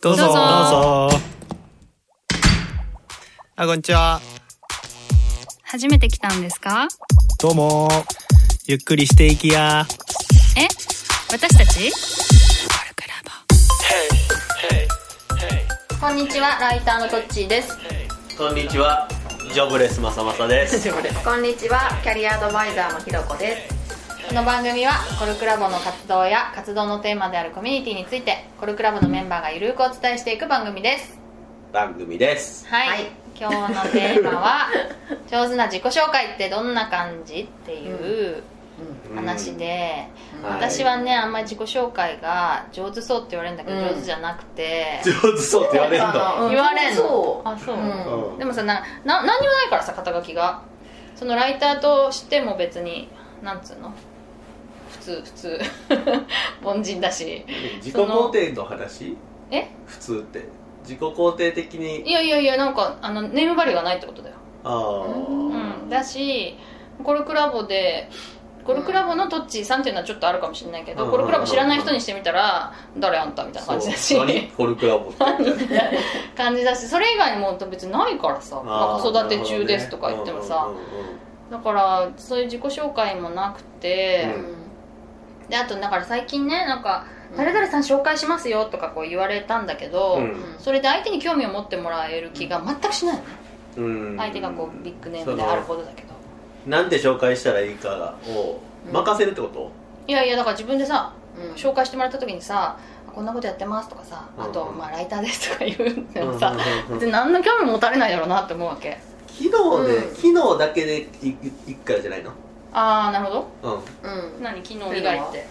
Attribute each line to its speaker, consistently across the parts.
Speaker 1: どうぞ
Speaker 2: どうぞ
Speaker 1: あこんにちは
Speaker 2: 初めて来たんですか
Speaker 1: どうもゆっくりしていきや
Speaker 2: え私たち
Speaker 3: こんにちは、ライターのトッチーです。
Speaker 4: こんにちは、ジョブレスまさまさです。
Speaker 3: こんにちは、キャリアアドバイザーのひろこです。この番組はコルクラボの活動や活動のテーマであるコミュニティについてコルクラボのメンバーがゆるくお伝えしていく番組です。
Speaker 4: 番組です。
Speaker 3: はい、今日のテーマは上手な自己紹介ってどんな感じっていう話で、
Speaker 4: うん
Speaker 3: 私はねあんまり自己紹介が上手そうって言われるんだけど、上手じゃなくて
Speaker 4: 上手そうって言われるの。
Speaker 3: 言われんの
Speaker 5: そ
Speaker 3: あそう、
Speaker 4: うん
Speaker 3: でもさなな何にもないからさ肩書きがそのライターとしても別になんつうの普通普通 凡人だし
Speaker 4: 自己肯定の話
Speaker 3: え
Speaker 4: 普通って。自己肯定的に。
Speaker 3: いやいやいやなんかあのネームバリューがないってことだよ、
Speaker 4: ああ。
Speaker 3: うん、だしコルクラボでコルクラボのトッチーさんっていうのはちょっとあるかもしれないけど、
Speaker 4: うん
Speaker 3: コルクラボ知らない人にしてみたら誰あんたみたいな感じだし
Speaker 4: そう何フォルクラボって。
Speaker 3: 感じだしそれ以外にも別にないからさまあ
Speaker 4: あー
Speaker 3: 子育て中ですとか言ってもさ、。だからそういう自己紹介もなくて、
Speaker 4: うん
Speaker 3: であとだから最近ねなんか「
Speaker 5: うん
Speaker 3: 誰々さん紹介しますよ」とかこう言われたんだけど、
Speaker 4: うん
Speaker 3: それで相手に興味を持ってもらえる気が全くしないのね、
Speaker 4: うんうんうん
Speaker 3: 相手がこうビッグネームであるほどだけど
Speaker 4: そのなんで紹介したらいいかを任せるってこと
Speaker 3: いやいやだから自分でさ
Speaker 5: うん
Speaker 3: 紹介してもらった時にさ「こんなことやってます」とかさ「あと、
Speaker 4: うんうん
Speaker 3: まあライターです」とか言うのもさ、
Speaker 4: うんうんうん
Speaker 3: 別に何の興味も持たれないだろうなって思うわけ
Speaker 4: 機能で
Speaker 5: うん
Speaker 4: 機能だけでいいいくからじゃないの
Speaker 3: ああなるほど
Speaker 4: うん
Speaker 5: うん
Speaker 3: 何機能以外って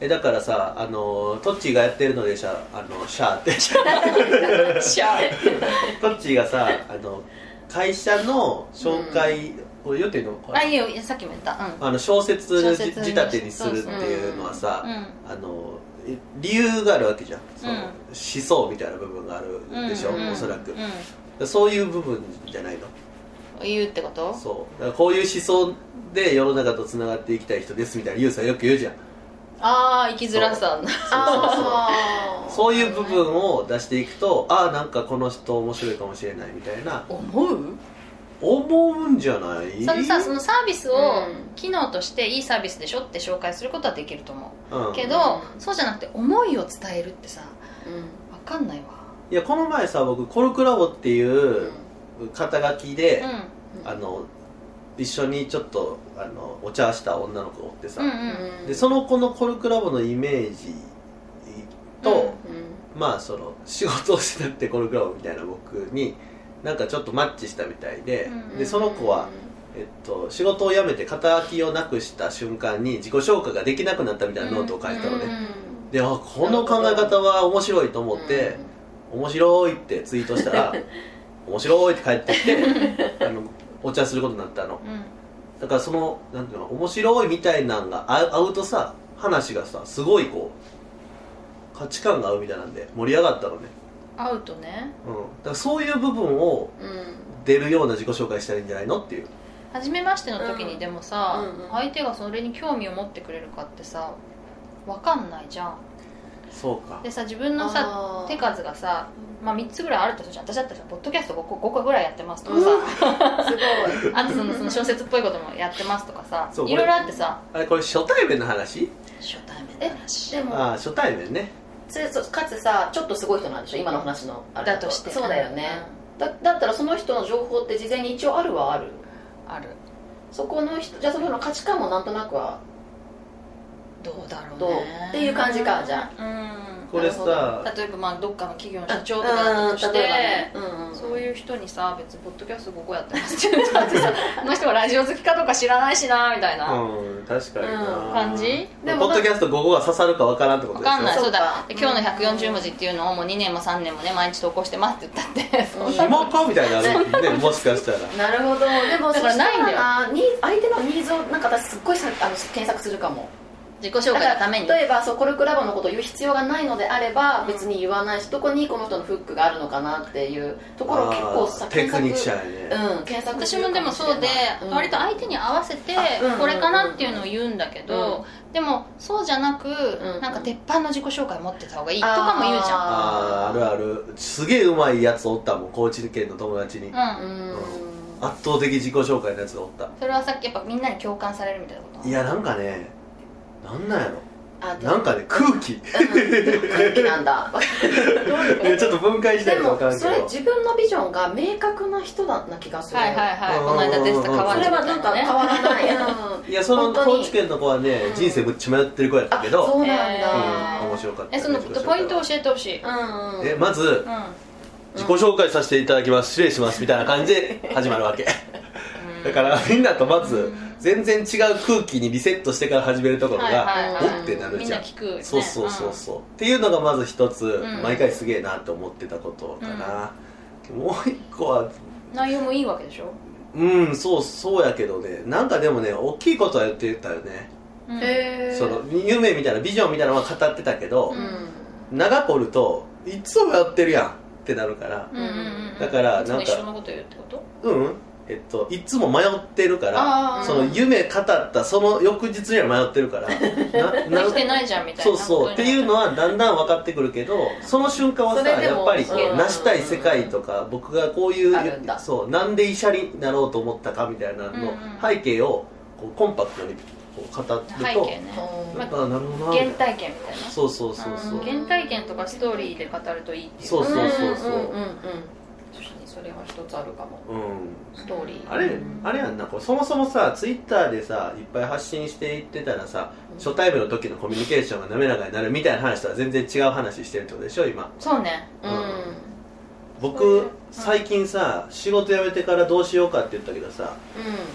Speaker 4: えだからさあのトッチーがやってるのでシャあのシャ ーって
Speaker 3: シャー
Speaker 4: トッチーがさあの会社の紹介を予定の、これ
Speaker 3: あいいよいやさっきも言ったうん
Speaker 4: あの小説
Speaker 3: 小
Speaker 4: じ
Speaker 3: 説
Speaker 4: 仕
Speaker 3: に
Speaker 4: 立てにするっていうのはさ、
Speaker 3: うん
Speaker 4: あのえ理由があるわけじゃんその、
Speaker 3: うん
Speaker 4: 思想みたいな部分があるでしょ、
Speaker 3: うんうん
Speaker 4: おそらく、
Speaker 3: うん
Speaker 4: そういう部分じゃないの
Speaker 3: 言うってこと
Speaker 4: そうだからこういう思想で世の中とつながっていきたい人ですみたいなユウさんよく言うじゃん
Speaker 3: ああ生きづらさ
Speaker 5: あ
Speaker 4: そういう部分を出していくとああなんかこの人面白いかもしれないみたいな
Speaker 3: 思う
Speaker 4: 思うんじゃない
Speaker 3: そのさそのサービスを
Speaker 5: うん
Speaker 3: 機能としていいサービスでしょって紹介することはできると思
Speaker 4: う、
Speaker 3: うんけ
Speaker 4: い
Speaker 3: ど、
Speaker 5: う
Speaker 3: そうじゃなくて思いを伝えるってさ
Speaker 5: うん
Speaker 3: 分かんないわ
Speaker 4: やこの前さ僕コルクラボっていう肩書きで、
Speaker 3: う
Speaker 4: あの一緒にちょっとあのお茶した女の子がおってさ、
Speaker 3: んうん
Speaker 5: うん
Speaker 4: でその子のコルクラボのイメージと、
Speaker 5: うん
Speaker 4: まあその仕事をしなくてコルクラボみたいな僕になんかちょっとマッチしたみたいで、
Speaker 3: うん
Speaker 4: でその子は、えっと、仕事を辞めて肩書きをなくした瞬間に自己紹介ができなくなったみたいなノートを書いてたのね、
Speaker 3: うん
Speaker 4: であこの考え方は面白いと思って、面白いってツイートし たら面白いって帰ってきてあのお茶することになったの
Speaker 3: うん
Speaker 4: だからそのなんていうの面白いみたいなんが合う合うとさ話がさすごいこう価値観が合うみたいなんで盛り上がったのね、
Speaker 3: 合うとね
Speaker 4: うん、だからそういう部分を
Speaker 5: うん
Speaker 4: 出るような自己紹介したらいいんじゃないのっていう
Speaker 3: 初めましての時にでもさ、
Speaker 5: うんうん
Speaker 3: 相手がそれに興味を持ってくれるかってさ分かんないじゃん
Speaker 4: そうか
Speaker 3: でさ自分のさ
Speaker 5: あー
Speaker 3: 手数がさ、まあ、3つぐらいあるとするじゃん私だったらさポッドキャスト 5, 個5個ぐらいやってますとかさ、
Speaker 5: すごい
Speaker 3: あとそのその小説っぽいこともやってますとかさ
Speaker 4: そう
Speaker 3: いろいろあってさ
Speaker 4: あれこれ初対面の話
Speaker 3: 初対面
Speaker 5: え
Speaker 3: の話
Speaker 5: でも
Speaker 4: ああ初対面ね
Speaker 5: つそうかつさちょっとすごい人なんでしょ今の話のあれ
Speaker 3: だとして
Speaker 5: そうだよね、だだったらその人の情報って事前に一応あるはある
Speaker 3: うんある
Speaker 5: そこの人じゃあその人の価値観もなんとなくは
Speaker 3: どうだろうね
Speaker 5: どうっていう感じかじゃ
Speaker 3: うん
Speaker 4: これ
Speaker 5: な
Speaker 4: さ
Speaker 3: 例えばまあどっかの企業の
Speaker 5: あ
Speaker 3: 社長とかだとして、
Speaker 5: うん例えばねうん
Speaker 3: そういう人にさ別にポッドキャスト5個やってますって言うの だってさあの人がラジオ好きかどうか知らないしなみたいな、
Speaker 4: うん確かにな、
Speaker 5: うん
Speaker 3: 感じ
Speaker 4: で
Speaker 5: で
Speaker 4: も
Speaker 5: も
Speaker 4: ポッドキャスト午後が刺さるかわからんってこ
Speaker 3: わ
Speaker 4: とですよ
Speaker 3: かんない
Speaker 5: そ
Speaker 3: そううだ
Speaker 5: か
Speaker 3: で今日の140文字っていうのをもう2年も3年もね毎日投稿してますって言ったってそんな
Speaker 4: 暇かみたいなのねもしかしたら
Speaker 5: なるほどでも
Speaker 3: だからないんだよ
Speaker 5: よ相手のニーズをなんか私すっごいさあの検索するかも
Speaker 6: 自己紹介のために
Speaker 5: 例えばそうコルクラボのことを言う必要がないのであれば
Speaker 6: ん
Speaker 5: 別に言わないしどこにこの人のフックがあるのかなっていうところを結構
Speaker 4: あ
Speaker 5: さ
Speaker 4: ーテクニック者やね、
Speaker 5: うん検索す
Speaker 3: 私
Speaker 5: るか
Speaker 3: もでも
Speaker 5: しれ
Speaker 3: そうで
Speaker 5: ないうん
Speaker 3: 割と相手に合わせて
Speaker 5: うんうん
Speaker 3: これかなっていうのを言うんだけどでもそうじゃなく
Speaker 5: ん
Speaker 3: なんか鉄板の自己紹介持ってた方がいいとかも言うじゃん
Speaker 4: あーあるあるすげえうまいやつおったもん高知県の友達に、
Speaker 3: うん
Speaker 5: うん
Speaker 4: 圧倒的自己紹介のやつがおった
Speaker 3: それはさっきやっぱみんなに共感されるみたいなこと
Speaker 4: いやなんかねなんなんやろ
Speaker 5: あでも
Speaker 4: なんかね空気い
Speaker 5: うん空気なんだ
Speaker 4: やちょっと分解した
Speaker 5: で
Speaker 4: いかわ
Speaker 5: も
Speaker 4: からんけ
Speaker 5: それ
Speaker 4: ど
Speaker 5: 自分のビジョンが明確な人だな気がする
Speaker 3: はいはいはいこの間出てた川
Speaker 5: そ
Speaker 3: のみ
Speaker 5: れ
Speaker 3: た
Speaker 5: はいなん
Speaker 3: な
Speaker 5: か
Speaker 3: ね
Speaker 5: 変わらない、うん
Speaker 4: いやその
Speaker 5: 本当に
Speaker 4: 高知県の子はね、
Speaker 5: うん
Speaker 4: 人生むっちゃ迷ってる子やった
Speaker 5: あ
Speaker 4: けど
Speaker 5: そうなん
Speaker 3: え
Speaker 5: だ、
Speaker 4: うん面白かった
Speaker 3: えその
Speaker 4: 自己紹介
Speaker 3: ポ
Speaker 4: は
Speaker 3: イント教えてほしいうん
Speaker 5: うんうん
Speaker 4: えまず自己紹介させていただきます失礼しますみたいな感じで始まるわけだからみんなとまず全然違う空気にリセットしてから始めるところ
Speaker 3: はい
Speaker 4: が
Speaker 3: はい
Speaker 4: お
Speaker 3: は
Speaker 4: っ
Speaker 3: い
Speaker 4: てなる
Speaker 3: みん
Speaker 4: じゃ
Speaker 3: なん聞くね
Speaker 4: そうそうそう
Speaker 3: う
Speaker 4: そう、っていうのがまず一つ、
Speaker 3: ん
Speaker 4: 毎回すげえなって思ってたことかな、もう一個は
Speaker 3: ん内容もいいわけでしょ
Speaker 4: うんそうそうやけどねなんかでもね大きいことは言ってたよね、
Speaker 3: うん
Speaker 5: へー
Speaker 4: その夢みたいなビジョンみたいなのは語ってたけど
Speaker 5: う、ん
Speaker 4: 長こるといつもやってるやんってなるから
Speaker 3: うんうんうんうん
Speaker 4: だから
Speaker 3: いつも
Speaker 4: なん
Speaker 3: 一
Speaker 4: か
Speaker 3: 緒のこと言うってこと
Speaker 4: うん、えっといつも迷ってるから
Speaker 5: あー
Speaker 4: その夢語ったその翌日には迷ってるからな
Speaker 3: で
Speaker 4: な
Speaker 3: きてないじゃんみたいな
Speaker 4: そうそうっていうのはだんだん分かってくるけどその瞬間はさ
Speaker 5: それで
Speaker 4: や
Speaker 5: も
Speaker 4: っぱりこ
Speaker 5: う
Speaker 4: うん成したい世界とか僕がこういう
Speaker 5: あるんだ
Speaker 4: そうなんで医者になろうと思ったかみたいなの
Speaker 3: うんう
Speaker 4: の
Speaker 3: ん
Speaker 4: 背景をこうコンパクトにこう語る
Speaker 3: 背景
Speaker 4: と、
Speaker 3: ね
Speaker 5: うん
Speaker 3: まあ
Speaker 4: ああなるほどな
Speaker 3: 原体験みたいな
Speaker 4: そうそうそうそう
Speaker 3: うん原体験とかストーリーで語るといいっていう
Speaker 4: そうそうそうそう
Speaker 5: うんうんうんうん確かにそれは一つあるかも
Speaker 4: うん
Speaker 5: ストーリー
Speaker 4: あれあれやんなこれそもそもさツイッターでさいっぱい発信していってたらさ初対面の時のコミュニケーションが滑らかになるみたいな話とは全然違う話してるってことでしょ今
Speaker 3: そうね
Speaker 5: うん
Speaker 4: 僕、最近さ仕事辞めてからどうしようかって言ったけどさ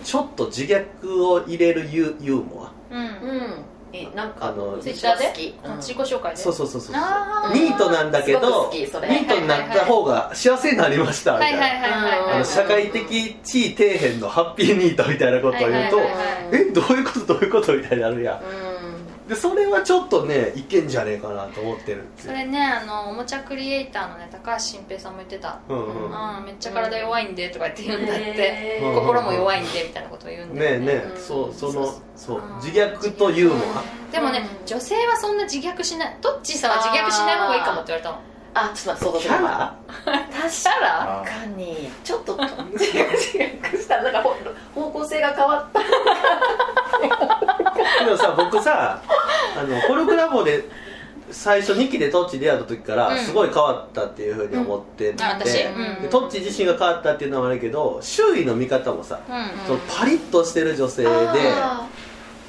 Speaker 4: ちょっと自虐を入れるユユーモア
Speaker 3: うん
Speaker 5: うんうんえなんか
Speaker 4: あの
Speaker 5: ツイッ
Speaker 3: Twitter
Speaker 5: ター
Speaker 3: で
Speaker 5: 好き
Speaker 3: あ自己紹介で
Speaker 4: そうそうそうそう
Speaker 3: あー
Speaker 4: ニートなんだけ
Speaker 5: すごく
Speaker 4: ど
Speaker 5: 好き
Speaker 4: ニ
Speaker 5: それ
Speaker 4: ートになった方が幸せになりましたみ
Speaker 3: は
Speaker 4: た
Speaker 3: い
Speaker 4: い
Speaker 3: はい
Speaker 4: な
Speaker 3: はいはい
Speaker 5: うん
Speaker 4: あの社会的地位底辺のハッピーニートみたいなことを言う
Speaker 3: はい
Speaker 4: と、
Speaker 3: はいはい
Speaker 5: はい
Speaker 4: えどういうことどういうことみたいになるやん
Speaker 5: うん
Speaker 4: でそれはちょっとねいけんじゃねえかなと思ってるって
Speaker 3: そ
Speaker 4: いう
Speaker 3: れねあのおもちゃクリエイターのね高橋新平さんも言ってた
Speaker 4: うんうん
Speaker 5: うん
Speaker 3: うんめっちゃ体弱いんでとか言って言うんだって
Speaker 5: へ
Speaker 4: うん
Speaker 5: ー
Speaker 3: 心も弱いんでみたいなことを言うん
Speaker 4: ね
Speaker 3: だ
Speaker 4: え
Speaker 3: よ
Speaker 4: ねえ
Speaker 5: うん
Speaker 4: そうそ
Speaker 3: そう
Speaker 4: の
Speaker 3: そう
Speaker 4: そう
Speaker 3: うん
Speaker 4: 自虐とユーモ
Speaker 3: でもね
Speaker 5: うん
Speaker 3: 女性はそんな自虐しないどっちさは自虐しない方がいいかもって言われたもん
Speaker 5: あちょっと
Speaker 4: ア
Speaker 5: 待って
Speaker 4: キ
Speaker 5: 想像
Speaker 4: ャラ
Speaker 5: 確
Speaker 3: ャラ
Speaker 4: あ
Speaker 5: かにちょっと違う違うしたなんかほ方向性が変わった
Speaker 4: でもさ僕さあのコルクラボで最初2期でトッチ出会った時か
Speaker 3: う
Speaker 4: ら
Speaker 3: ん
Speaker 4: すごい変わったっていうふうに思ってて、
Speaker 3: あ私うん
Speaker 4: でトッチ自身が変わったっていうのもあるけど周囲の見方もさ、
Speaker 3: うん
Speaker 4: そのパリッとしてる女性で
Speaker 5: あ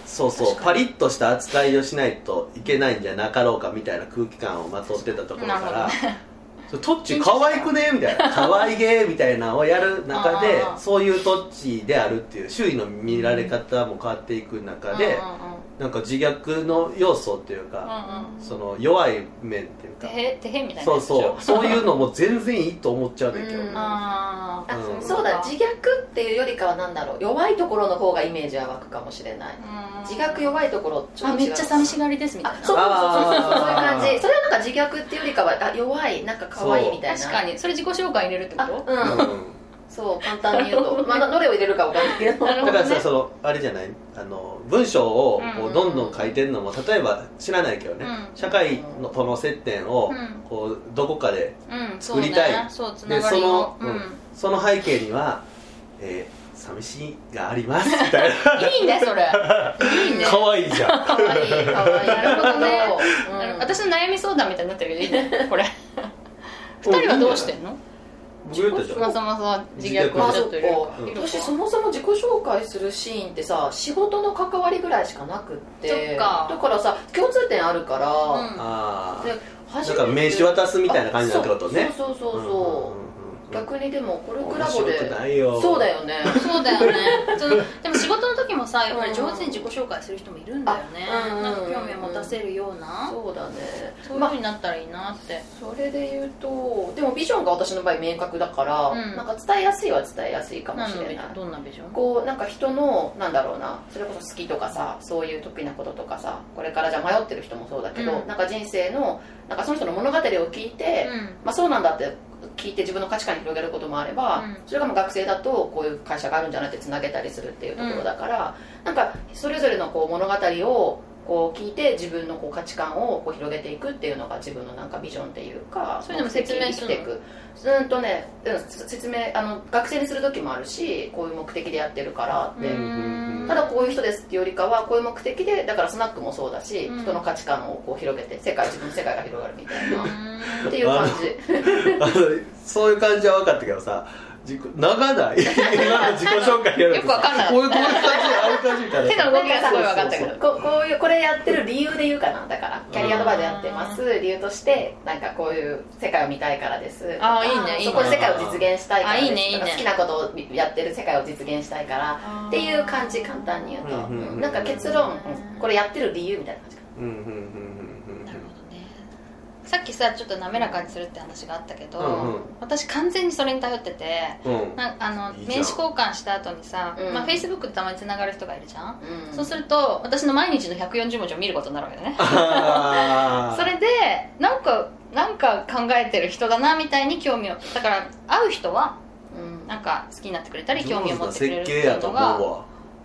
Speaker 4: そうそうパリッとした扱いをしないといけないんじゃなかろうかみたいな空気感をまとってたところか
Speaker 3: な
Speaker 4: ら「 そうトッチ可愛くね」みた いな「可愛げ」みたいなのをやる中で
Speaker 3: あー
Speaker 4: そういうトッチであるっていう周囲の見られ方も変わっていく中で
Speaker 3: うんうんうん
Speaker 4: なんか自虐の要素っていう
Speaker 3: う
Speaker 4: か
Speaker 3: んうん
Speaker 4: その弱い面っていう
Speaker 3: て
Speaker 4: か
Speaker 3: へてへみたいな
Speaker 4: そ
Speaker 3: や
Speaker 4: う
Speaker 3: つでしょ
Speaker 4: そうそういうのも全然いいと思っちゃうねんけど
Speaker 5: うん
Speaker 3: あー
Speaker 5: あ
Speaker 4: うん
Speaker 5: そうだ自虐っていうよりかはなんだろう弱いところの方がイメージは湧くかもしれない
Speaker 3: うん
Speaker 5: 自虐弱いところちょっ
Speaker 3: あ
Speaker 5: と
Speaker 3: め
Speaker 5: 違う
Speaker 3: っちゃ寂しがりですみたい
Speaker 5: あ
Speaker 3: な
Speaker 5: そうそうそうそうそうそういう
Speaker 4: あー
Speaker 5: 感じそれはなんか自虐っていうよりかはあ弱いなんか可愛いみたいな
Speaker 3: 確かにそれ自己紹介入れるってこ
Speaker 5: あ
Speaker 3: と
Speaker 5: うん、
Speaker 4: うん
Speaker 5: そう簡単に言うと、まあ、どれを入れるかわかんないけど
Speaker 3: なるほ
Speaker 4: だ
Speaker 3: ど
Speaker 4: から
Speaker 3: ね
Speaker 4: さそのあれじゃないあの文章を
Speaker 3: うん
Speaker 4: こ
Speaker 3: う
Speaker 4: うんどんどん書いてんのも例えば知らないけどね、
Speaker 3: うん
Speaker 4: 社会のとの接点を
Speaker 3: うん
Speaker 4: こうどこかで
Speaker 3: うんそう
Speaker 4: 作
Speaker 3: ね
Speaker 4: りたい
Speaker 3: そうつな
Speaker 4: で
Speaker 3: が
Speaker 4: そ
Speaker 3: りを
Speaker 4: の、
Speaker 3: うん
Speaker 4: うんその背景には、えー寂しいがありますみたいな
Speaker 3: いいねそれい いね
Speaker 4: 可愛いじゃん
Speaker 5: かわいいかわいい
Speaker 3: なるほどね
Speaker 5: うん
Speaker 3: なる私の悩み相談みたいになってるけどいいねこ れ二人はどうしてんの
Speaker 4: 僕言ったじゃん
Speaker 3: まさまさ自虐
Speaker 5: ま
Speaker 3: を
Speaker 5: あ
Speaker 3: ち
Speaker 5: そ
Speaker 3: ょ
Speaker 5: っ
Speaker 3: っ
Speaker 5: か
Speaker 3: と入れるか
Speaker 5: 私そもそも自己紹介するシーンってさ仕事の関わりぐらいしかなくって
Speaker 3: そっか
Speaker 5: だからさ共通点あるから、
Speaker 3: うん
Speaker 4: あ
Speaker 5: で
Speaker 4: あ
Speaker 5: 初め
Speaker 4: だ
Speaker 5: て
Speaker 4: から名刺渡すみたいな感じになるってことね
Speaker 5: あそうそうそうそううそ
Speaker 4: ん
Speaker 5: う、
Speaker 4: うんうんうん
Speaker 5: 逆にでもコルク
Speaker 4: 面
Speaker 5: ラボ
Speaker 4: 白
Speaker 5: で
Speaker 4: くないよ
Speaker 5: そうだよね
Speaker 3: そうだよね そのでも仕事の時もさやっぱり上手に自己紹介する人もいるんだよね、
Speaker 5: うんうん
Speaker 3: なんか興味を持たせるような、
Speaker 5: そうだね
Speaker 3: そういう
Speaker 5: ま
Speaker 3: ふう
Speaker 5: あ
Speaker 3: になったらいいなって、
Speaker 5: それで言うとでもビジョンが私の場合明確だから、
Speaker 3: うん
Speaker 5: なんか伝えやすいは伝えやすいかも
Speaker 3: 何
Speaker 5: し
Speaker 3: の
Speaker 5: れ
Speaker 3: ビジ
Speaker 5: ない
Speaker 3: ョンどんなビジョン
Speaker 5: こうなんか人のなんだろうなそれこそ好きとかさそういう得意なこととかさこれからじゃあ迷ってる人もそうだけど、
Speaker 3: うん
Speaker 5: なんか人生のなんかその人の物語を聞いて、まあ、そうなんだって聞いて自分の価値観に広げることもあれば、
Speaker 3: うん
Speaker 5: それがもう学生だとこういう会社があるんじゃないってつなげたりするっていうところだから、なんかそれぞれのこう物語をこう聞いて自分のこう価値観をこう広げていくっていうのが自分のなんかビジョンっていうか
Speaker 3: それでも説明するの
Speaker 5: 目的に生きていくうんとねうん説明あの学生にする時もあるしこういう目的でやってるからって、
Speaker 3: うん
Speaker 4: うん
Speaker 5: ただこういう人ですっていうよりかはこういう目的でだからスナックもそうだし、
Speaker 3: うん
Speaker 5: 人の価値観をこう広げて世界自分の世界が広がるみた いな
Speaker 3: う
Speaker 5: っていう感じ。
Speaker 4: あのそういう感じは分かったけどさ自己長ない 今の自己紹介やる
Speaker 3: よくわかんなかった
Speaker 4: こういうこういう感じああいう感じみたいな
Speaker 3: 手の動きがすごい分かったけど
Speaker 5: ここういうこれやってる理由で言うかなだからキャリアアドバイザーやってます理由としてなんかこういう世界を見たいからですとか
Speaker 3: あーいいねいいね
Speaker 5: そこで世界を実現したいからです
Speaker 3: あーいいねいいね
Speaker 5: とか好きなことをやってる世界を実現したいから
Speaker 3: ん
Speaker 5: っていう感じ簡単に言うと、
Speaker 4: うんうんうん
Speaker 5: なんか結論これやってる理由みたいな感じか
Speaker 4: うんうんうんうんうん
Speaker 3: なるほどねさっきさちょっと滑らかにするって話があったけど、
Speaker 4: うんうん
Speaker 3: 私完全にそれに頼ってて
Speaker 4: うん
Speaker 3: なんあの
Speaker 4: いいじゃん
Speaker 3: 名刺交換した後にさ、
Speaker 5: うん
Speaker 3: まあ、Facebook でたまにつながる人がいるじゃん、
Speaker 5: な、
Speaker 3: そうすると私の毎日の140文字を見ることになるわけだね
Speaker 4: あー
Speaker 3: それでなんかなんか考えてる人だなみたいに興味をだから会う人は
Speaker 5: うん
Speaker 3: なんか好きになってくれたり興味を持ってくれるって
Speaker 4: 上手な設計
Speaker 3: い
Speaker 4: や
Speaker 3: う
Speaker 4: と
Speaker 3: の
Speaker 4: 思う
Speaker 3: が
Speaker 4: わ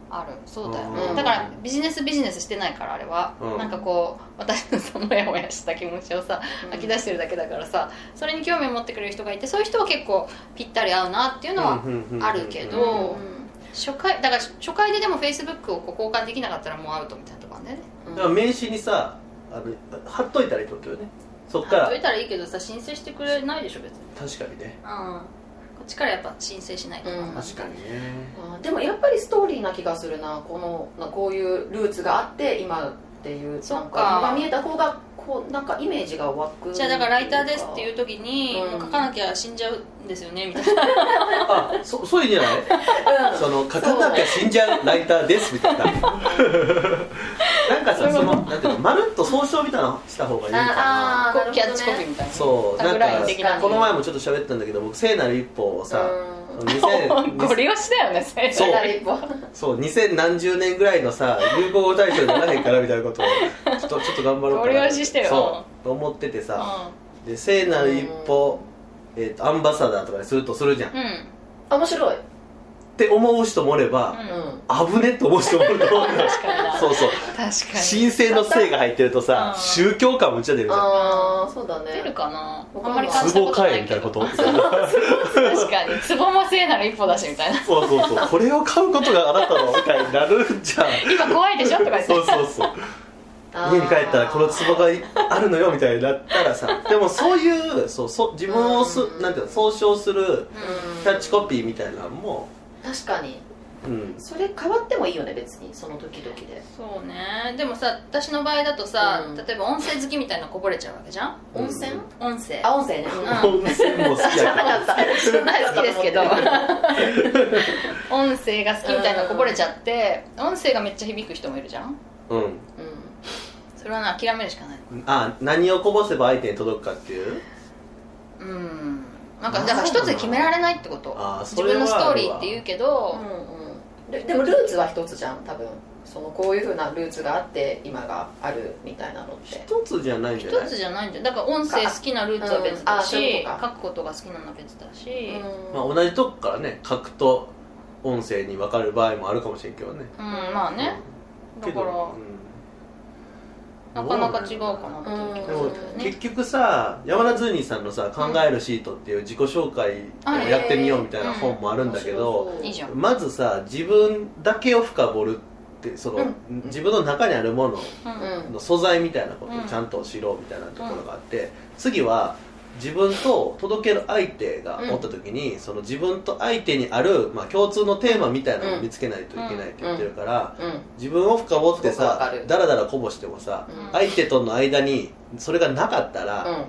Speaker 3: あるそうだよ
Speaker 5: う
Speaker 3: ね
Speaker 5: ん
Speaker 3: だからビジネスビジネスしてないからあれは、
Speaker 4: うん
Speaker 3: なんかこう私のそのモヤモヤした気持ちをさ吐き出してるだけだからさそれに興味を持ってくれる人がいてそういう人は結構ぴったり合うなっていうのはあるけど
Speaker 5: うん
Speaker 3: 初回だから初回ででも Facebook をこう交換できなかったらもうアウトみたいなとこあるんだよね
Speaker 5: うん
Speaker 4: だから名刺にさあの貼っといたらいいってことよねそっか
Speaker 3: 貼っ
Speaker 4: ら
Speaker 3: といたらいいけどさ申請してくれないでしょ別に
Speaker 4: 確かにね
Speaker 3: うんこっちからやっぱ申請しないと、
Speaker 5: うん
Speaker 4: 確かにね
Speaker 5: あーでもやっぱりストーリーな気がするなこのなこういうルーツがあって今っていう
Speaker 3: そっか
Speaker 5: なん今見えた方がこうなんかイメージが湧く
Speaker 3: じゃあだからライターですって いう時に、
Speaker 5: う
Speaker 3: も
Speaker 5: ん
Speaker 3: う書かなきゃ死んじゃうんですよねみたいな
Speaker 4: あそ そういうんじゃない
Speaker 5: うん
Speaker 4: その書かなきゃ死んじゃうライターですみた いななんかさそのなんていうのまるっと総称みたいなのした方がいいか
Speaker 5: あ
Speaker 4: な
Speaker 5: ーなるほどね
Speaker 3: キャッチコピーみたいな
Speaker 4: そう
Speaker 3: タ
Speaker 4: な
Speaker 3: グ
Speaker 4: ん
Speaker 3: ライン
Speaker 4: か
Speaker 3: 的な
Speaker 4: この前もちょっと喋ってたんだけど僕聖なる一歩をさ
Speaker 5: うん
Speaker 3: ご
Speaker 4: 2000
Speaker 3: 利用しだよねそれ
Speaker 4: そう
Speaker 5: ライター一歩
Speaker 4: そう2000何十年ぐらいのさ流行語大賞にならへんからみたいなことをちょっとちょっと頑張ろうかな
Speaker 3: ご利用ししてよ
Speaker 4: そうと思ってて
Speaker 3: う
Speaker 4: さで聖なる一歩、えー、とアンバサダーとかにするとするじゃん、っ
Speaker 3: ん
Speaker 5: あ面白い、
Speaker 4: て思う人もおれば、
Speaker 5: うん、
Speaker 4: 危ねって思う人もおると思うんだよ
Speaker 3: 確かにな
Speaker 4: そうそう
Speaker 3: 確かに
Speaker 4: 神聖の聖が入ってるとさ
Speaker 3: うん
Speaker 4: 宗教感もちゃ出るじゃん
Speaker 5: ああそうだね
Speaker 3: 出るかな
Speaker 5: わ
Speaker 3: あ
Speaker 5: かん
Speaker 3: ん
Speaker 5: な
Speaker 3: ま
Speaker 5: い
Speaker 3: り感じた
Speaker 4: 壺
Speaker 3: こと
Speaker 4: か
Speaker 3: な
Speaker 4: え
Speaker 3: い
Speaker 4: み
Speaker 3: け
Speaker 4: たいな
Speaker 3: ど
Speaker 4: こと
Speaker 3: 確かに壺もせいなら一歩だしみたいな
Speaker 4: そうそうそうこれを買うことがあなたのみたいになるんじゃん
Speaker 3: 今怖いでしょとか言って
Speaker 4: そうそうそう
Speaker 5: あー
Speaker 4: 家に帰ったらこの壺があるのよみたいになったらさでもそういうそうそう自分をす
Speaker 5: うん
Speaker 4: なんていうの総称する
Speaker 5: うん
Speaker 4: キャッチコピーみたいなのも
Speaker 5: 確かに
Speaker 4: うん
Speaker 5: それ変わってもいいよね別にその時々で
Speaker 3: そうねでもさ私の場合だとさ、
Speaker 5: うん
Speaker 3: 例えば音声好きみたいなのこぼれちゃうわけじゃん
Speaker 4: うん
Speaker 5: 温泉、
Speaker 3: 音声
Speaker 5: あ温泉ね、
Speaker 3: ん
Speaker 4: 温泉も好きや
Speaker 5: な
Speaker 4: から
Speaker 5: かった知ら
Speaker 3: 大
Speaker 5: な
Speaker 3: 好きですけど
Speaker 5: かったと思って
Speaker 3: 音声が好きみたいなのこぼれちゃって音声がめっちゃ響く人もいるじゃん
Speaker 4: うん
Speaker 3: それはな諦めるしかない
Speaker 4: あ何をこぼせば相手に届くかっていう
Speaker 3: うんなんかだから一つで決められないってこと
Speaker 4: あー
Speaker 3: 自
Speaker 4: それ
Speaker 3: 分
Speaker 4: はある
Speaker 3: の
Speaker 4: わ
Speaker 3: ストーリーって言うけ
Speaker 5: う
Speaker 3: ど、
Speaker 5: んうんででもルーツは一つじゃん多分そのこういうふうなルーツがあって今があるみたいなのって
Speaker 4: 一つじゃないんじゃ
Speaker 3: 一
Speaker 4: ない
Speaker 3: つじゃないんだよだから音声好きなルーツは別
Speaker 5: うんあ
Speaker 3: だ
Speaker 5: ーそうい
Speaker 3: し、
Speaker 5: うことか
Speaker 3: 書くことが好きなのは別だし、
Speaker 4: まあ、同じとこからね書くと音声に分かる場合もあるかもしれんけどね
Speaker 3: うんまあねだ
Speaker 4: け
Speaker 3: か
Speaker 4: ど
Speaker 3: ら
Speaker 4: うん
Speaker 3: なかなか違うかなっていう気
Speaker 4: で
Speaker 3: が
Speaker 4: も
Speaker 3: するよね
Speaker 4: 結局さ山田ズーニーさんのさ「考えるシート」っていう自己紹介をやってみようみたいな本もあるんだけど、
Speaker 5: うん
Speaker 3: いいじゃん
Speaker 4: まずさ自分だけを深掘るってその、
Speaker 5: うん
Speaker 4: 自分の中にあるもの
Speaker 3: うん
Speaker 5: うん
Speaker 4: の素材みたいなことを
Speaker 3: うん
Speaker 4: ちゃんと知ろうみたいなところがあって、次は自分と届ける相手が持った時に、その自分と相手にある、まあ、共通のテーマみたいなのを見つけないといけないって言ってるから、
Speaker 5: うん
Speaker 4: 自分を深掘って
Speaker 5: すごくわか
Speaker 4: さ
Speaker 5: る
Speaker 4: だらだらこぼしてもさ、
Speaker 5: うん
Speaker 4: 相手との間にそれがなかったら、
Speaker 5: うん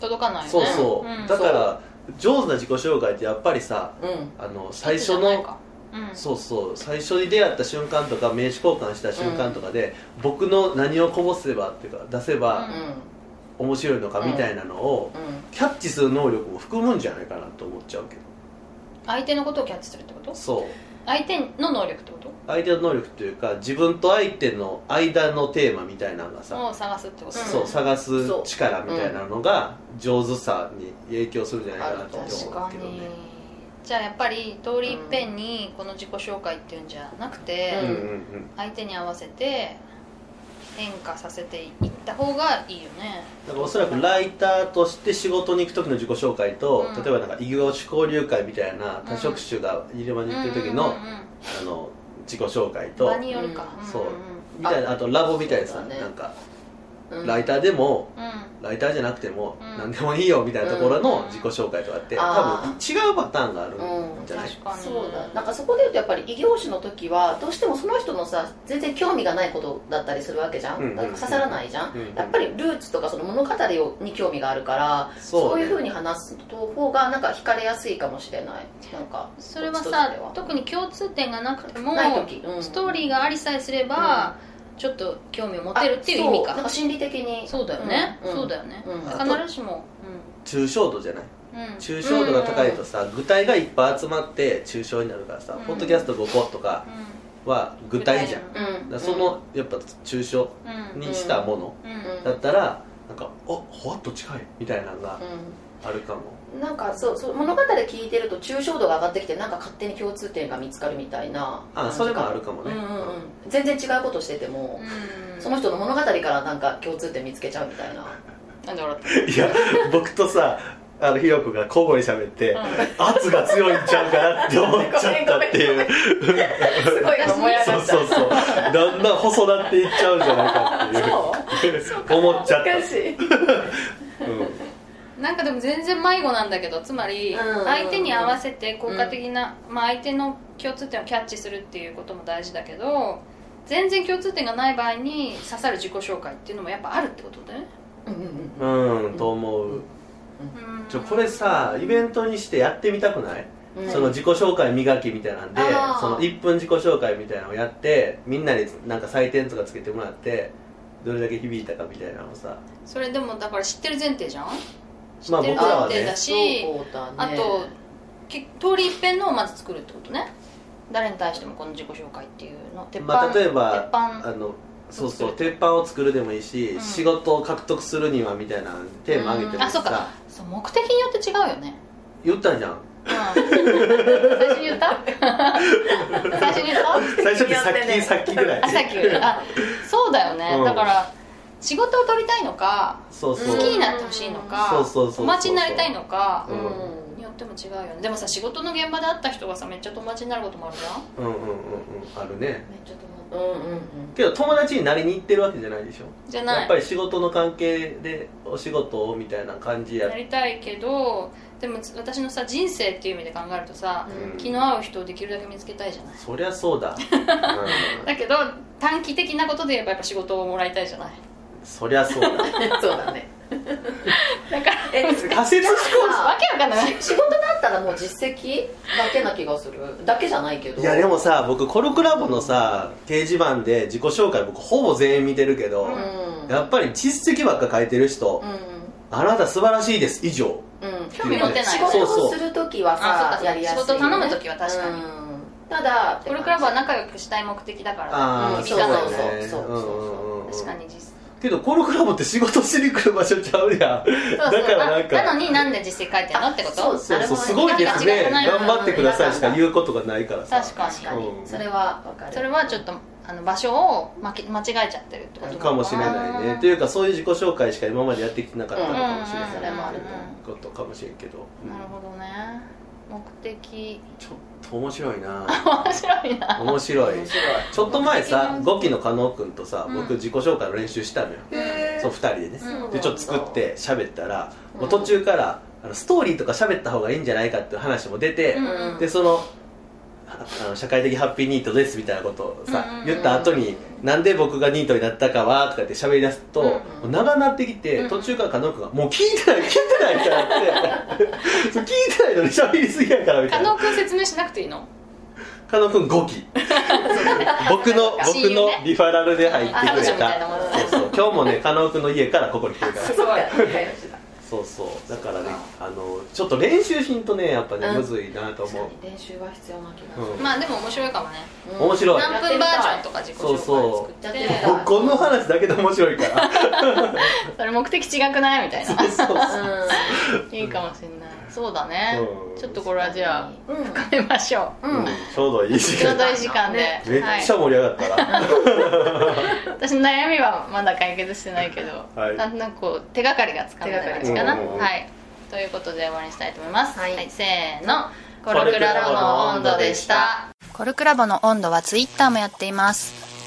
Speaker 3: 届かないよね
Speaker 4: そうそう、
Speaker 3: ん
Speaker 4: だから上手な自己紹介ってやっぱりさ
Speaker 5: うん
Speaker 4: あの最初の
Speaker 3: うん
Speaker 4: そうそう最初に出会った瞬間とか名刺交換した瞬間とかで、僕の何をこぼせばっていうか出せば
Speaker 5: うん
Speaker 4: 面白いのかみたいなのを、
Speaker 5: うん
Speaker 4: キャッチする能力も含むんじゃないかなと思っちゃうけど
Speaker 3: 相手のことをキャッチするってこと
Speaker 4: そう
Speaker 3: 相手の能力ってこと
Speaker 4: 相手の能力というか自分と相手の間のテーマみたいなのがさ、
Speaker 3: を探すってこと
Speaker 5: ん
Speaker 4: そう探す
Speaker 5: そう
Speaker 4: 力みたいなのが上手さに影響するんじゃないかなと思
Speaker 5: そう
Speaker 3: 確
Speaker 4: う
Speaker 3: か
Speaker 4: けど
Speaker 3: に
Speaker 4: ね
Speaker 3: じゃあやっぱり通りいっぺんにこの自己紹介っていうんじゃなくて、
Speaker 4: うんう
Speaker 5: に
Speaker 4: んうん
Speaker 3: 相手に合わせて変化させていった方がいいよね
Speaker 4: だからおそらくライターとして仕事に行く時の自己紹介と、
Speaker 3: うん
Speaker 4: 例えばなんか異業種交流会みたいな多職種が入れ混じってる時の、
Speaker 3: うんうんうん
Speaker 4: あの自己紹介
Speaker 3: うん
Speaker 4: と
Speaker 3: 場によるか、
Speaker 5: うん
Speaker 3: んんん
Speaker 4: そうみたいなあとラボみたいな
Speaker 5: そ
Speaker 4: さ、
Speaker 5: うだね
Speaker 4: なんか
Speaker 5: うん
Speaker 4: ライターでも
Speaker 3: うん
Speaker 4: ライターじゃなくても
Speaker 3: うん
Speaker 4: 何でもいいよみたいなところの自己紹介とかって、
Speaker 5: うん
Speaker 4: 多
Speaker 5: あ
Speaker 4: 分違うパターンがあるんじゃない、
Speaker 3: 確かに
Speaker 5: そうだなんかそこで言うとやっぱり異業種の時はどうしてもその人のさ全然興味がないことだったりするわけじゃん、
Speaker 4: うんうんうん
Speaker 5: だから刺さらないじゃ
Speaker 4: う
Speaker 5: ん、
Speaker 4: んうん
Speaker 5: やっぱりルーツとかその物語をに興味があるからそう,、
Speaker 4: ね
Speaker 5: いうふうに話す方がなんか惹かれやすいかもしれないなんか
Speaker 3: それは
Speaker 5: こっちとし
Speaker 3: さ
Speaker 5: ては
Speaker 3: 特に共通点がなくても
Speaker 5: ない時、うん
Speaker 3: ストーリーがありさえすれば、ちょっと興味を持てるっていう意味
Speaker 5: あそうなん
Speaker 3: か
Speaker 5: か心理的に
Speaker 3: そうだよね、
Speaker 5: うん
Speaker 3: そうだよね、
Speaker 5: うん
Speaker 3: 必ずしも
Speaker 4: 抽象度じゃない
Speaker 3: うん、うん
Speaker 4: 抽象度が高いとさ、具体がいっぱい集まって抽象になるからさ、
Speaker 3: うん
Speaker 4: ポッドキャスト5個とかは具体じゃん、
Speaker 3: う
Speaker 5: うん
Speaker 4: だ
Speaker 5: ん
Speaker 4: からそのやっぱ抽象
Speaker 3: うん
Speaker 4: にしたもの
Speaker 3: うん
Speaker 4: だったらなんかおほわっと近いみたいなのが
Speaker 5: う
Speaker 4: あるかも、
Speaker 5: んなんかそうそう物語聞いてると抽象度が上がってきてなんか勝手に共通点が見つかるみたいな
Speaker 4: あそれもあるかもね、
Speaker 5: うんうんうん、全然違うことしてても、
Speaker 3: うん
Speaker 5: その人の物語からなんか共通点見つけちゃうみたいな
Speaker 3: なんで笑った
Speaker 4: いや僕とさあのひろこが交互に喋って、圧が強いんちゃうかなって思っちゃったっていう
Speaker 5: すごい
Speaker 3: 今燃え上
Speaker 4: そうそうそうだんだん細なっていっちゃうんじゃないかっていう思っちゃっ
Speaker 5: かしい
Speaker 4: た、うん
Speaker 3: なんかでも全然迷子なんだけどつまり
Speaker 5: うん
Speaker 3: 相手に合わせて効果的な、まあ、相手の共通点をキャッチするっていうことも大事だけど全然共通点がない場合に刺さる自己紹介っていうのもやっぱあるってことだよね
Speaker 5: うんうん
Speaker 4: うん、と思う
Speaker 3: うん
Speaker 4: ちょこれさイベントにしてやってみたくない、
Speaker 5: うん
Speaker 4: その自己紹介磨きみたいなんで
Speaker 5: あー
Speaker 4: その1分自己紹介みたいなのをやってみんなになんか採点とかつけてもらってどれだけ響いたかみたいなのをさ
Speaker 3: それでもだから知ってる前提じゃん知
Speaker 4: まあ
Speaker 3: ってる
Speaker 4: 僕ら
Speaker 3: 前
Speaker 4: はね
Speaker 3: 提だし、
Speaker 5: そうだね
Speaker 3: あとけ通り一遍のをまず作るってことね誰に対してもこの自己紹介っていうの鉄板、
Speaker 4: まあ、例えば
Speaker 3: 鉄板
Speaker 4: あのそうそう鉄板を作るでもいいし、
Speaker 3: うん
Speaker 4: 仕事を獲得するにはみたいなテーマ上げて
Speaker 3: うん
Speaker 4: も
Speaker 3: あそう
Speaker 4: さ
Speaker 3: かそう目的によって違うよね
Speaker 4: 言っ たじゃん
Speaker 3: うん最初に言った最 初に言った
Speaker 4: 最初ってさっき、
Speaker 5: によってね
Speaker 4: さっきぐらい
Speaker 3: あさっきよりあそうだよね、
Speaker 4: うん
Speaker 3: だから仕事を取りたいのか
Speaker 4: そうそう
Speaker 3: 好きになってほしいのか
Speaker 4: そうそうそうそう
Speaker 3: 友達になりたいのか
Speaker 5: うん
Speaker 3: によっても違うよねでもさ仕事の現場で会った人がさめっちゃ友達になることもあるじゃん
Speaker 4: うんうんうんうんあるね
Speaker 3: めっちゃ友
Speaker 5: うんうんうん
Speaker 4: けど友達になりに行ってるわけじゃないでしょ
Speaker 3: 達じゃない
Speaker 4: やっぱり仕事の関係でお仕事をみたいな感じや
Speaker 3: なりたいけどでも私のさ人生っていう意味で考えるとさ、
Speaker 4: うん
Speaker 3: 気の合う人をできるだけ見つけたいじゃない
Speaker 4: そりゃそう だ、うん
Speaker 3: だけど短期的なことで言えばやっぱ仕事をもらいたいじゃない
Speaker 4: そりゃそうだ
Speaker 5: そうだね
Speaker 3: だから
Speaker 5: え
Speaker 4: 仮説思
Speaker 3: わけわかんない
Speaker 5: 仕事だったらもう実績だけな気がするだけじゃないけど
Speaker 4: いやでもさ僕コルクラボのさ掲示板で自己紹介僕ほぼ全員見てるけど、
Speaker 5: うん
Speaker 4: やっぱり実績ばっか書いてる人、
Speaker 5: う
Speaker 4: あなた素晴らしいです以上
Speaker 5: んうん
Speaker 3: 興味持てない
Speaker 5: 仕
Speaker 4: そうそう
Speaker 5: 事をするときは
Speaker 3: あ
Speaker 5: さ
Speaker 3: そうか
Speaker 5: やりやすいよ
Speaker 3: 仕事
Speaker 5: ね
Speaker 3: 頼む時は確かに
Speaker 5: うんただ
Speaker 3: これクラブは仲良くしたい目的だから
Speaker 4: ああ、
Speaker 5: うん
Speaker 4: そうだよね
Speaker 5: そうそうそうそ
Speaker 4: うんう
Speaker 5: う
Speaker 4: んうんうん
Speaker 3: 確かに実
Speaker 4: けどコルクラボって仕事しに来る場所ちゃうやん
Speaker 3: そう
Speaker 4: だからなんか
Speaker 3: あなのになんで実績書いてんのってこと
Speaker 5: そう
Speaker 4: そう
Speaker 5: なる
Speaker 4: そ
Speaker 5: ほ
Speaker 4: う
Speaker 5: どね
Speaker 4: すごいですね
Speaker 3: なんか違う
Speaker 4: 頑張ってくださいしか言うことがないからさ
Speaker 3: 確かに
Speaker 5: 確かに、
Speaker 4: うん
Speaker 5: それはわかる
Speaker 3: それはちょっとあの場所をまけ間違えちゃってるってこと
Speaker 4: かもしれないねというかそういう自己紹介しか今までやってきてなかったのかもしれない、
Speaker 5: うんそれもあるね
Speaker 4: ことかもしれんけど、
Speaker 3: なるほどね目的
Speaker 4: ちょっと面白いな
Speaker 3: 面白いな
Speaker 4: 面白い
Speaker 5: 面白い
Speaker 4: ちょっと前さ5期の加納君とさ、僕自己紹介の練習したのよ、
Speaker 5: へー
Speaker 4: そう2人でね、
Speaker 3: うん
Speaker 4: でちょっと作って喋ったら、
Speaker 5: うん
Speaker 4: もう途中からあのストーリーとか喋った方がいいんじゃないかっていう話も出て、
Speaker 3: うん
Speaker 4: でそのあの社会的ハッピーニートですみたいなことをさ、
Speaker 3: うんうんうん
Speaker 4: 言った後になんで僕がニートになったかはとかって喋り出すと、
Speaker 3: うん
Speaker 4: もう長なってきて、途中から加納君が「もう聞いてない聞いてない」ってなって そう聞いてないのに喋りすぎやからみた
Speaker 2: 加
Speaker 4: いな
Speaker 2: 納君説明しなくていいの
Speaker 4: 加納君5期僕 の僕
Speaker 3: 親友
Speaker 4: の
Speaker 3: ね
Speaker 4: リファラルで入ってくれ
Speaker 5: あ彼女みたいなものだ
Speaker 4: そうそう今日もね加納君の家からここに来る から
Speaker 5: そうや
Speaker 4: そうそうだからねあのちょっと練習しんとねやっぱね、むずいなと
Speaker 5: 確か
Speaker 4: 思う
Speaker 5: に練習は必要な気がす
Speaker 4: うん
Speaker 3: まあでも面白いかもね
Speaker 5: る、
Speaker 4: 面白い
Speaker 3: 何分バージョンとか自己紹介作って
Speaker 5: やってみたい
Speaker 4: 僕この話だけで面白いから
Speaker 3: それ目的違くないみたいな
Speaker 4: そうそうそう
Speaker 3: いいかもしれないそうだね
Speaker 4: うん
Speaker 3: ちょっとこれはじゃあ
Speaker 5: うん、うん
Speaker 3: 変えましょう
Speaker 4: うんちょうどいい時
Speaker 3: ちょう
Speaker 4: 間
Speaker 3: どいい時間で、
Speaker 5: ね
Speaker 4: めっちゃ盛り上がったな、
Speaker 3: 私の悩みはまだ解決してないけど、
Speaker 4: はい
Speaker 3: だんだんこう手がかりがつかめた感じかな、
Speaker 4: 手がかりうんうんうん
Speaker 3: はいということで終わりにしたいと思います、
Speaker 5: はい
Speaker 3: せーのコ
Speaker 4: ルクラボの温度でした
Speaker 3: コルクラボの温度はツイッターもやっています